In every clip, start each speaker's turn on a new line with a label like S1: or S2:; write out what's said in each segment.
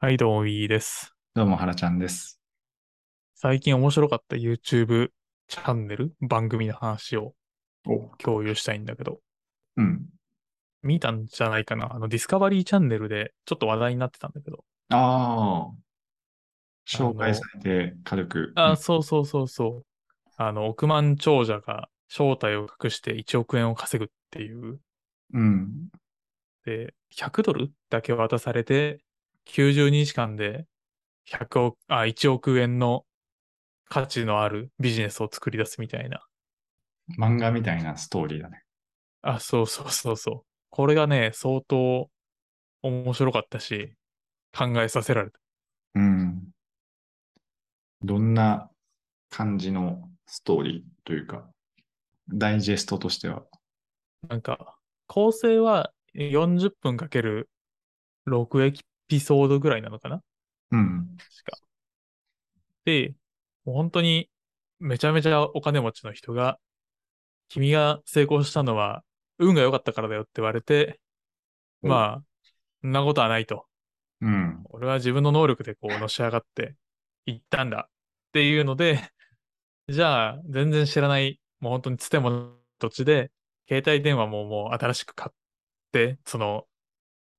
S1: はい、どうも、いいです。
S2: どうも、原ちゃんです。
S1: 最近面白かった YouTube チャンネル、番組の話を
S2: お、
S1: 共有したいんだけど、
S2: うん。
S1: 見たんじゃないかなあの、ディスカバリーチャンネルでちょっと話題になってたんだけど。
S2: ああ。紹
S1: あの
S2: 介されて、軽く。
S1: あ、
S2: うん
S1: そうそうそうそう。あの、億万長者が正体を隠して1億円を稼ぐっていう。
S2: うん。
S1: で、100ドルだけ渡されて、90日間で100億、あ、1億円の価値のあるビジネスを作り出すみたいな。
S2: 漫画みたいなストーリーだね。
S1: あ、そうそうそうそう。これがね、相当面白かったし、考えさせられた。
S2: うん。どんな感じのストーリーというか、ダイジェストとしては。
S1: なんか、構成は40分かける6エピソードぐらいなのかな
S2: うん。
S1: 確か。で、もう本当にめちゃめちゃお金持ちの人が、君が成功したのは運が良かったからだよって言われて、まあ、そんなことはないと。
S2: うん。
S1: 俺は自分の能力でこうのし上がっていったんだっていうので、じゃあ全然知らない、もう本当につても土地で、携帯電話ももう新しく買って、その、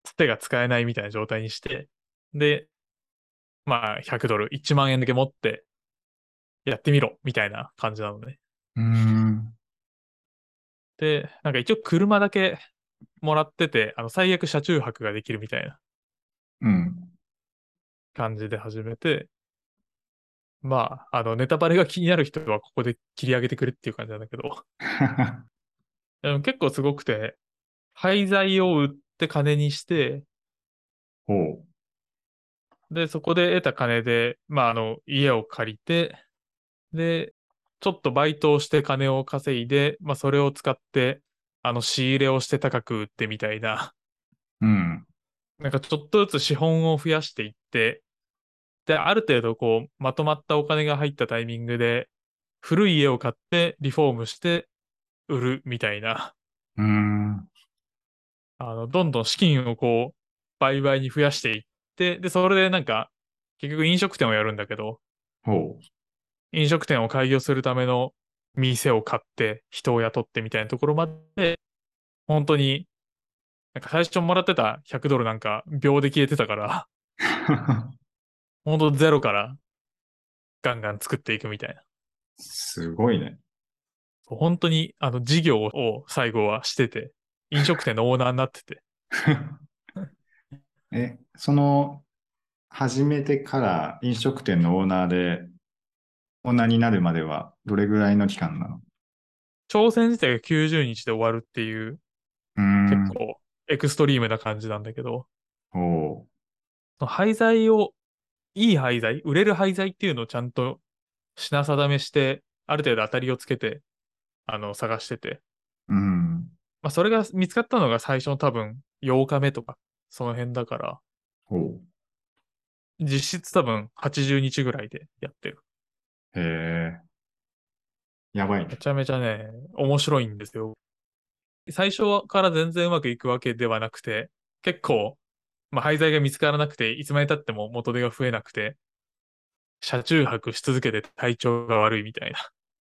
S1: つてが使えないみたいな状態にして、で、まあ100ドル、1万円だけ持って、やってみろ、みたいな感じなのね。
S2: うん。
S1: で、なんか一応車だけもらってて、あの、最悪車中泊ができるみたいな。
S2: うん。
S1: 感じで始めて、まあ、あの、ネタバレが気になる人はここで切り上げてくれっていう感じなんだけど、 でも結構すごくて、廃材を売って金にして、
S2: ほう。
S1: で、そこで得た金で、まあ、あの、家を借りて、で、ちょっとバイトをして金を稼いで、まあ、それを使って、あの、仕入れをして高く売ってみたいな、
S2: うん。
S1: なんかちょっとずつ資本を増やしていって、で、ある程度こう、まとまったお金が入ったタイミングで、古い家を買ってリフォームして売るみたいな、
S2: うん。
S1: あの、どんどん資金をこう、倍々に増やしていって、で、それでなんか、結局飲食店をやるんだけど、
S2: ほ
S1: 飲食店を開業するための店を買って、人を雇ってみたいなところまで、本当に、なんか最初もらってた100ドルなんか秒で消えてたから、
S2: う。
S1: ほんとゼロからガンガン作っていくみたいな。
S2: すごいね。
S1: 本当にあの事業を最後はしてて、飲食店のオーナーになってて。
S2: え、その、始めてから飲食店のオーナーで、オーナーになるまではどれぐらいの期間なの
S1: 挑戦自体が90日で終わるっていう
S2: うーん。
S1: 結構エクストリームな感じなんだけど、
S2: おう
S1: その廃材を、いい廃材、売れる廃材っていうのをちゃんと品定めして、ある程度当たりをつけて、あの、探してて。
S2: うん。
S1: まあ、それが見つかったのが最初の多分8日目とか、その辺だから、
S2: おう
S1: 実質多分80日ぐらいでやってる。
S2: へえ。やばい
S1: め
S2: ね。
S1: ちゃめちゃね、面白いんですよ。最初から全然うまくいくわけではなくて、結構、まあ、廃材が見つからなくて、いつまで経っても元手が増えなくて、車中泊し続けて体調が悪いみたい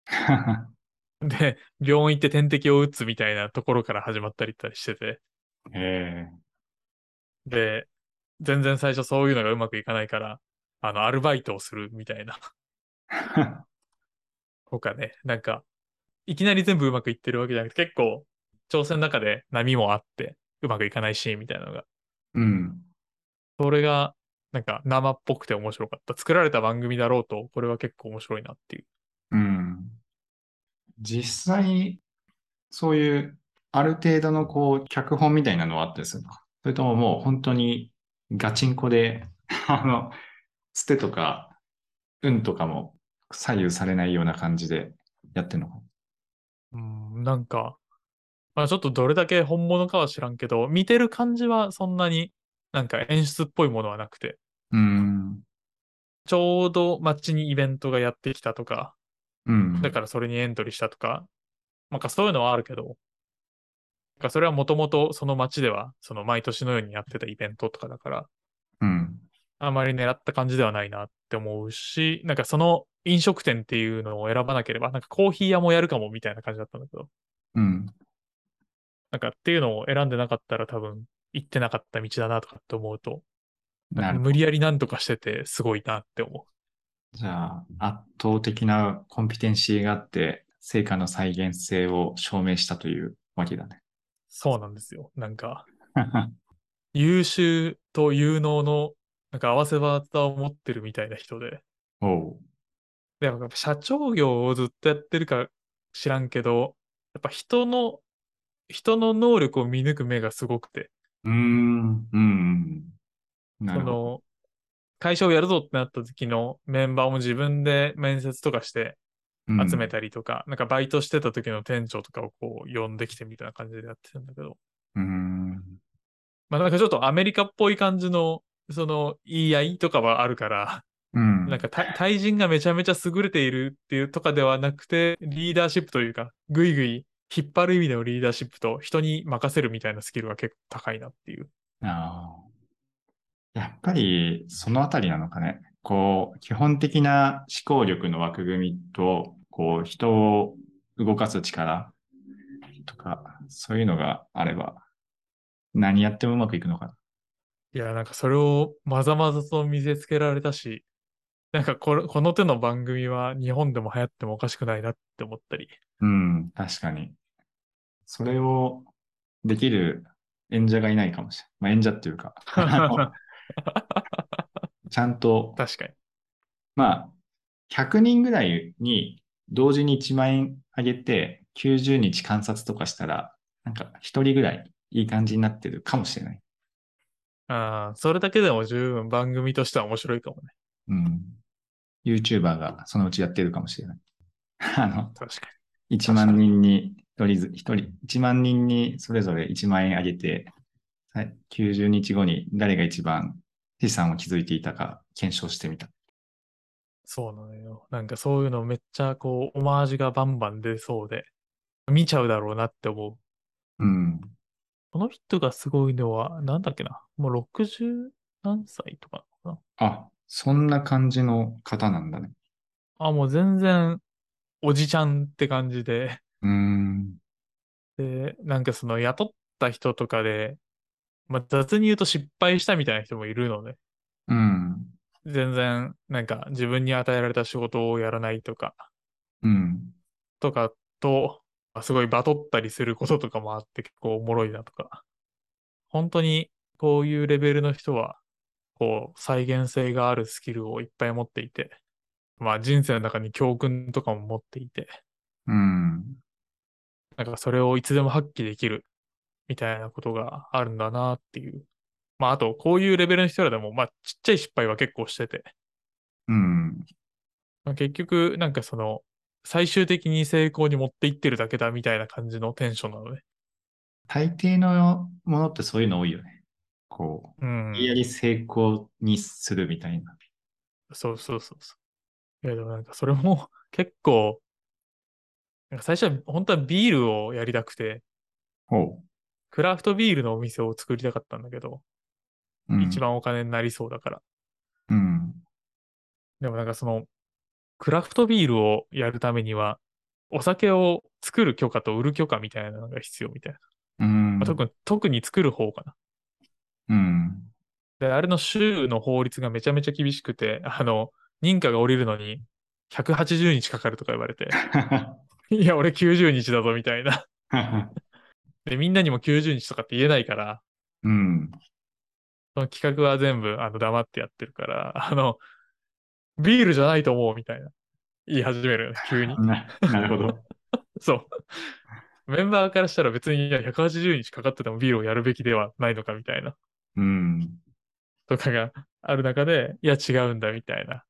S1: な。 で、病院行って点滴を打つみたいなところから始まったりったりしてて、
S2: へえ。
S1: で、全然最初そういうのがうまくいかないから、あの、アルバイトをするみたいな。とかね、なんか、いきなり全部うまくいってるわけじゃなくて、結構、挑戦の中で波もあって、うまくいかないシーンみたいなのが、
S2: うん。
S1: それが、なんか生っぽくて面白かった。作られた番組だろうと、これは結構面白いなっていう。
S2: うん。実際、そういう、ある程度のこう、脚本みたいなのはあったりするのそれとももう本当にガチンコで、 あの、捨てとか、運とかも左右されないような感じでやってんのか
S1: うん、なんか、まあちょっとどれだけ本物かは知らんけど、見てる感じはそんなになんか演出っぽいものはなくて、
S2: うん。
S1: ちょうど街にイベントがやってきたとか、
S2: うん。
S1: だからそれにエントリーしたとか、なんかそういうのはあるけど、なんかそれはもともとその町では、その毎年のようにやってたイベントとかだから、
S2: うん。
S1: あまり狙った感じではないなって思うし、なんかその飲食店っていうのを選ばなければ、なんかコーヒー屋もやるかもみたいな感じだったんだけど、
S2: うん。
S1: なんかっていうのを選んでなかったら多分行ってなかった道だなとかって思うと、
S2: なるほど
S1: 無理やりなんとかしててすごいなって思
S2: じゃあ、圧倒的なコンピテンシーがあって、成果の再現性を証明したというわけだね。
S1: う。そうなんですよ。なんか優秀と有能のなんか合わせ技を持ってるみたいな人で、
S2: おう。
S1: でやっぱ社長業をずっとやってるか知らんけど、やっぱ人の、人の能力を見抜く目がすごくて、
S2: うーん、うん。な
S1: そ
S2: るほど。
S1: の、会社をやるぞってなった時のメンバーも自分で面接とかして
S2: うん
S1: 集めたりとか、なんかバイトしてた時の店長とかをこう呼んできてみたいな感じでやってたんだけど、
S2: うーん。
S1: まあなんかちょっとアメリカっぽい感じの、その言い合いとかはあるから、
S2: うん。
S1: なんか対対人がめちゃめちゃ優れているっていうとかではなくて、リーダーシップというか、ぐいぐい引っ張る意味でのリーダーシップと人に任せるみたいなスキルが結構高いなっていう。
S2: ああ。やっぱり、そのあたりなのかね。こう、基本的な思考力の枠組みと、こう、人を動かす力とか、そういうのがあれば、何やってもうまくいくのかな。
S1: いや、なんかそれをまざまざと見せつけられたし、なんかこれこの手の番組は日本でも流行ってもおかしくないなって思ったり。
S2: うん、確かに。それをできる演者がいないかもしれない。まあ、演者っていうか、あのちゃんと、
S1: 確かに。
S2: まあ、100人ぐらいに同時に1万円あげて、90日観察とかしたら、なんか1人ぐらいいい感じになってるかもしれない。
S1: あーそれだけでも十分番組としては面白いかもね。
S2: うん。YouTuber がそのうちやってるかもしれない。あの、
S1: 確か
S2: 1万人に1人ず、一人、1万人にそれぞれ1万円あげて、はい90日後に誰が一番資産を築いていたか検証してみた。
S1: そうなのよ。なんかそういうのめっちゃこう、オマージュがバンバン出そうで、見ちゃうだろうなって思う。
S2: うん。
S1: この人がすごいのは、なんだっけな。もう60何歳とかなのか
S2: あ、そんな感じの方なんだね。
S1: な。あ、もう全然、おじちゃんって感じで。
S2: うーん。
S1: で、なんかその雇った人とかで、まあ、雑に言うと失敗したみたいな人もいるので、
S2: うん。
S1: 全然、なんか自分に与えられた仕事をやらないとか、
S2: うん。
S1: とかと、まあすごいバトったりすることとかもあって結構おもろいなとか。本当にこういうレベルの人は、こう再現性があるスキルをいっぱい持っていて、まあ人生の中に教訓とかも持っていて、
S2: うん。
S1: なんかそれをいつでも発揮できるみたいなことがあるんだなっていう。まああとこういうレベルの人らでも、まあちっちゃい失敗は結構してて、
S2: うん。
S1: まあ結局なんかその最終的に成功に持っていってるだけだみたいな感じのテンションなので。
S2: 大抵のものってそういうの多いよね。こ
S1: うん
S2: う、無理やり成功にするみたいな。
S1: そうそうそうそう。いや、でもなんかそれも 結構、なんか最初は本当はビールをやりたくて、
S2: ほ
S1: クラフトビールのお店を作りたかったんだけど、
S2: う。うん
S1: 一。番お金になりそうだから。
S2: うん。
S1: でもなんかその、クラフトビールをやるためには、お酒を作る許可と売る許可みたいなのが必要みたいな。
S2: うん。
S1: まあ、特に、特に作る方かな。
S2: うん。
S1: で、あれの州の法律がめちゃめちゃ厳しくて、あの、認可が下りるのに180日かかるとか言われ て、いや、俺90日だぞみたいな。で、みんなにも90日とかって言えないから、
S2: うん。。
S1: その企画は全部あの黙ってやってるから、 あの、ビールじゃないと思うみたいな。言い始めるよね、急に
S2: な なるほど。
S1: そう。メンバーからしたら別にいや180日かかっててもビールをやるべきではないのかみたいな。
S2: うん。
S1: とかがある中で、いや違うんだみたいな。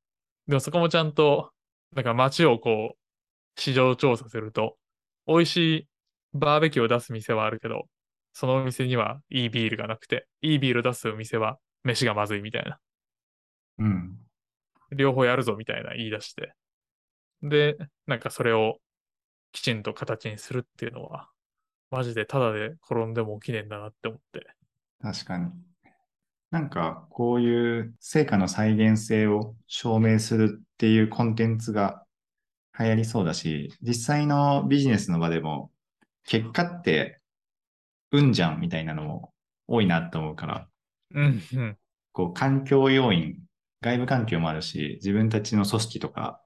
S1: でもそこもちゃんと、なんか街をこう、市場調査すると、美味しいバーベキューを出す店はあるけど、そのお店にはいいビールがなくて、いいビールを出すお店は飯がまずいみたいな。
S2: うん。
S1: 両方やるぞみたいな言い出して。で、なんかそれをきちんと形にするっていうのは、マジでただで転んでも起きねえんだなって思って。
S2: 確かに。なんか、こういう成果の再現性を証明するっていうコンテンツが流行りそうだし、実際のビジネスの場でも、結果って、運じゃんみたいなのも多いなと思うから、
S1: うん、うん。
S2: こう、環境要因、外部環境もあるし、自分たちの組織とか、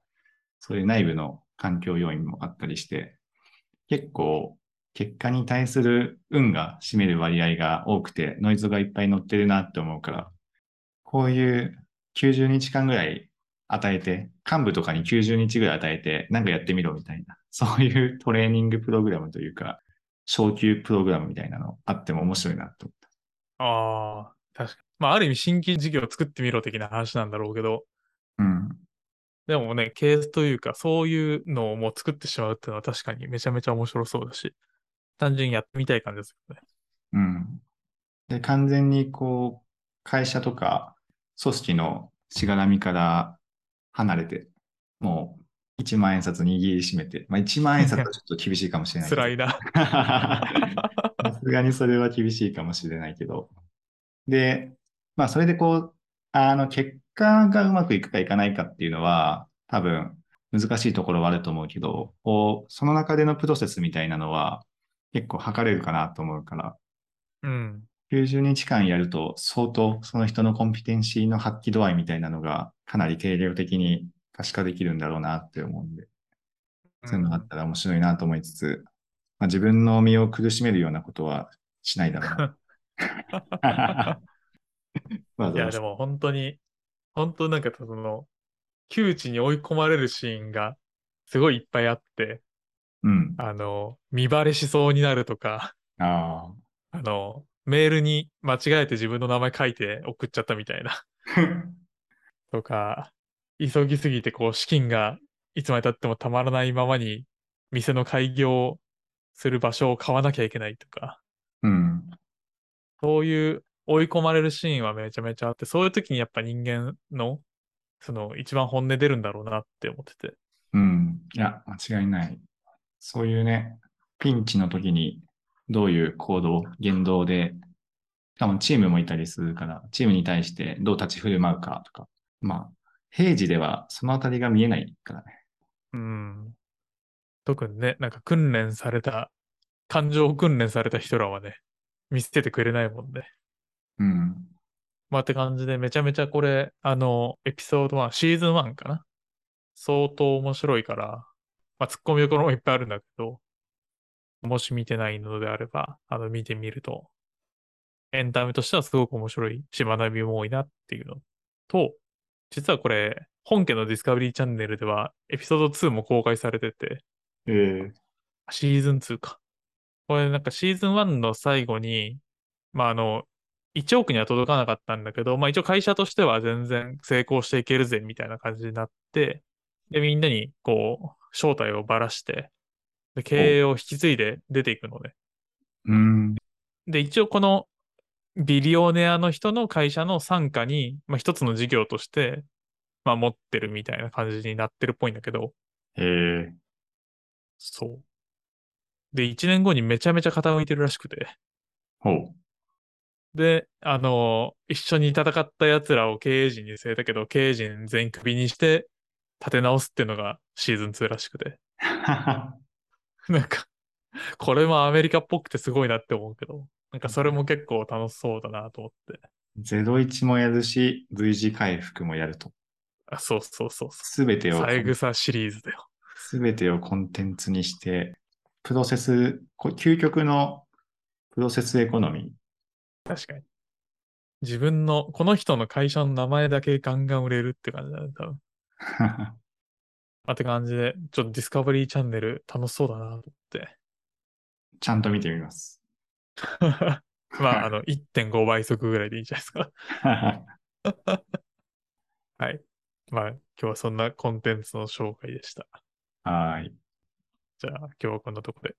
S2: そういう内部の環境要因もあったりして、結構、結果に対する運が占める割合が多くて、ノイズがいっぱい乗ってるなって思うから、こういう90日間ぐらい与えて、幹部とかに90日ぐらい与えて、なんかやってみろみたいな、そういうトレーニングプログラムというか、昇級プログラムみたいなのあっても面白いなと思った。
S1: ああ、確かに。まあ、ある意味、新規事業を作ってみろ的な話なんだろうけど、
S2: うん。
S1: でもね、ケースというか、そういうのをもう作ってしまうっていうのは確かにめちゃめちゃ面白そうだし、単純にやってみたい感じですよね。
S2: うん。で、完全にこう、会社とか組織のしがらみから離れて、もう1万円札握りしめて、まあ1万円札はちょっと厳しいかもしれないけど。
S1: 辛いな。
S2: さすがにそれは厳しいかもしれないけど。で、まあそれでこう、あの結果がうまくいくかいかないかっていうのは多分難しいところはあると思うけど、こうその中でのプロセスみたいなのは結構測れるかなと思うから、
S1: うん。
S2: 90日間やると相当その人のコンピテンシーの発揮度合いみたいなのがかなり定量的に可視化できるんだろうなって思うんで、そういうのがあったら面白いなと思いつつ、まあ、自分の身を苦しめるようなことはしないだろう な。 わ
S1: い
S2: ざ
S1: や、
S2: わ
S1: で
S2: ざ
S1: も本当に、本当なんかその、窮地に追い込まれるシーンがすごいいっぱいあって、
S2: うん。
S1: あの、見バレしそうになるとか、
S2: あ
S1: あの、メールに間違えて自分の名前書いて送っちゃったみたいな、
S2: あ。
S1: とか、急ぎすぎてこう資金がいつまで経ってもたまらないままに、店の開業する場所を買わなきゃいけないとか、
S2: うん。
S1: そういう追い込まれるシーンはめちゃめちゃあって、そういう時にやっぱ人間の、その一番本音出るんだろうなって思ってて。
S2: うん。いや、間違いない。そういうね、ピンチの時にどういう行動、言動で、しかもチームもいたりするから、チームに対してどう立ち振る舞うかとか、まあ、平時ではそのあたりが見えないからね。
S1: うん。特にね、なんか訓練された、感情を訓練された人らはね、見せてくれないもんね。
S2: うん。
S1: まあって感じで、めちゃめちゃこれ、あの、エピソード1、シーズン1かな相当面白いから、まあ、ツッコミどころもいっぱいあるんだけど、もし見てないのであれば、あの、見てみると、エンタメとしてはすごく面白いし、学びも多いなっていうのと、実はこれ、本家のディスカバリーチャンネルでは、エピソード2も公開されてて、
S2: ええ
S1: シーズン2か。これなんかシーズン1の最後に、まああの、1億には届かなかったんだけど、まあ一応会社としては全然成功していけるぜみたいな感じになって、で、みんなにこう、正体をばらして、で経営を引き継いで出ていくのね。
S2: うん。
S1: で、一応このビリオネアの人の会社の傘下に、まあ一つの事業として、まあ持ってるみたいな感じになってるっぽいんだけど、
S2: ええ
S1: そう。で、1年後にめちゃめちゃ傾いてるらしくて。
S2: ほう。
S1: で、あの一緒に戦った奴らを経営陣に据えたけど、経営陣全員クビにして立て直すっていうのがシーズン2らしくて。 なんか、これもアメリカっぽくてすごいなって思うけど、なんかそれも結構楽しそうだなと思って。
S2: 01もやるし、随時回復もやると。
S1: あ、そうそうそうそ
S2: すべて
S1: う。
S2: を、
S1: 三枝シリーズだよ。
S2: すべてをコンテンツにして、プロセス、こ究極のプロセスエコノミー。
S1: 確かに。自分の、この人の会社の名前だけガンガン売れるって感じだね、多分。まあ、って感じで、ちょっとディスカバリーチャンネル楽しそうだなと
S2: ちゃんと見てみます。
S1: 思って。 まあ、あの、1.5倍速ぐらいでいいじゃないですか。まあ、今日はそんなコンテンツの紹介でした。
S2: はい。
S1: じゃあ、今日はこんなとこで。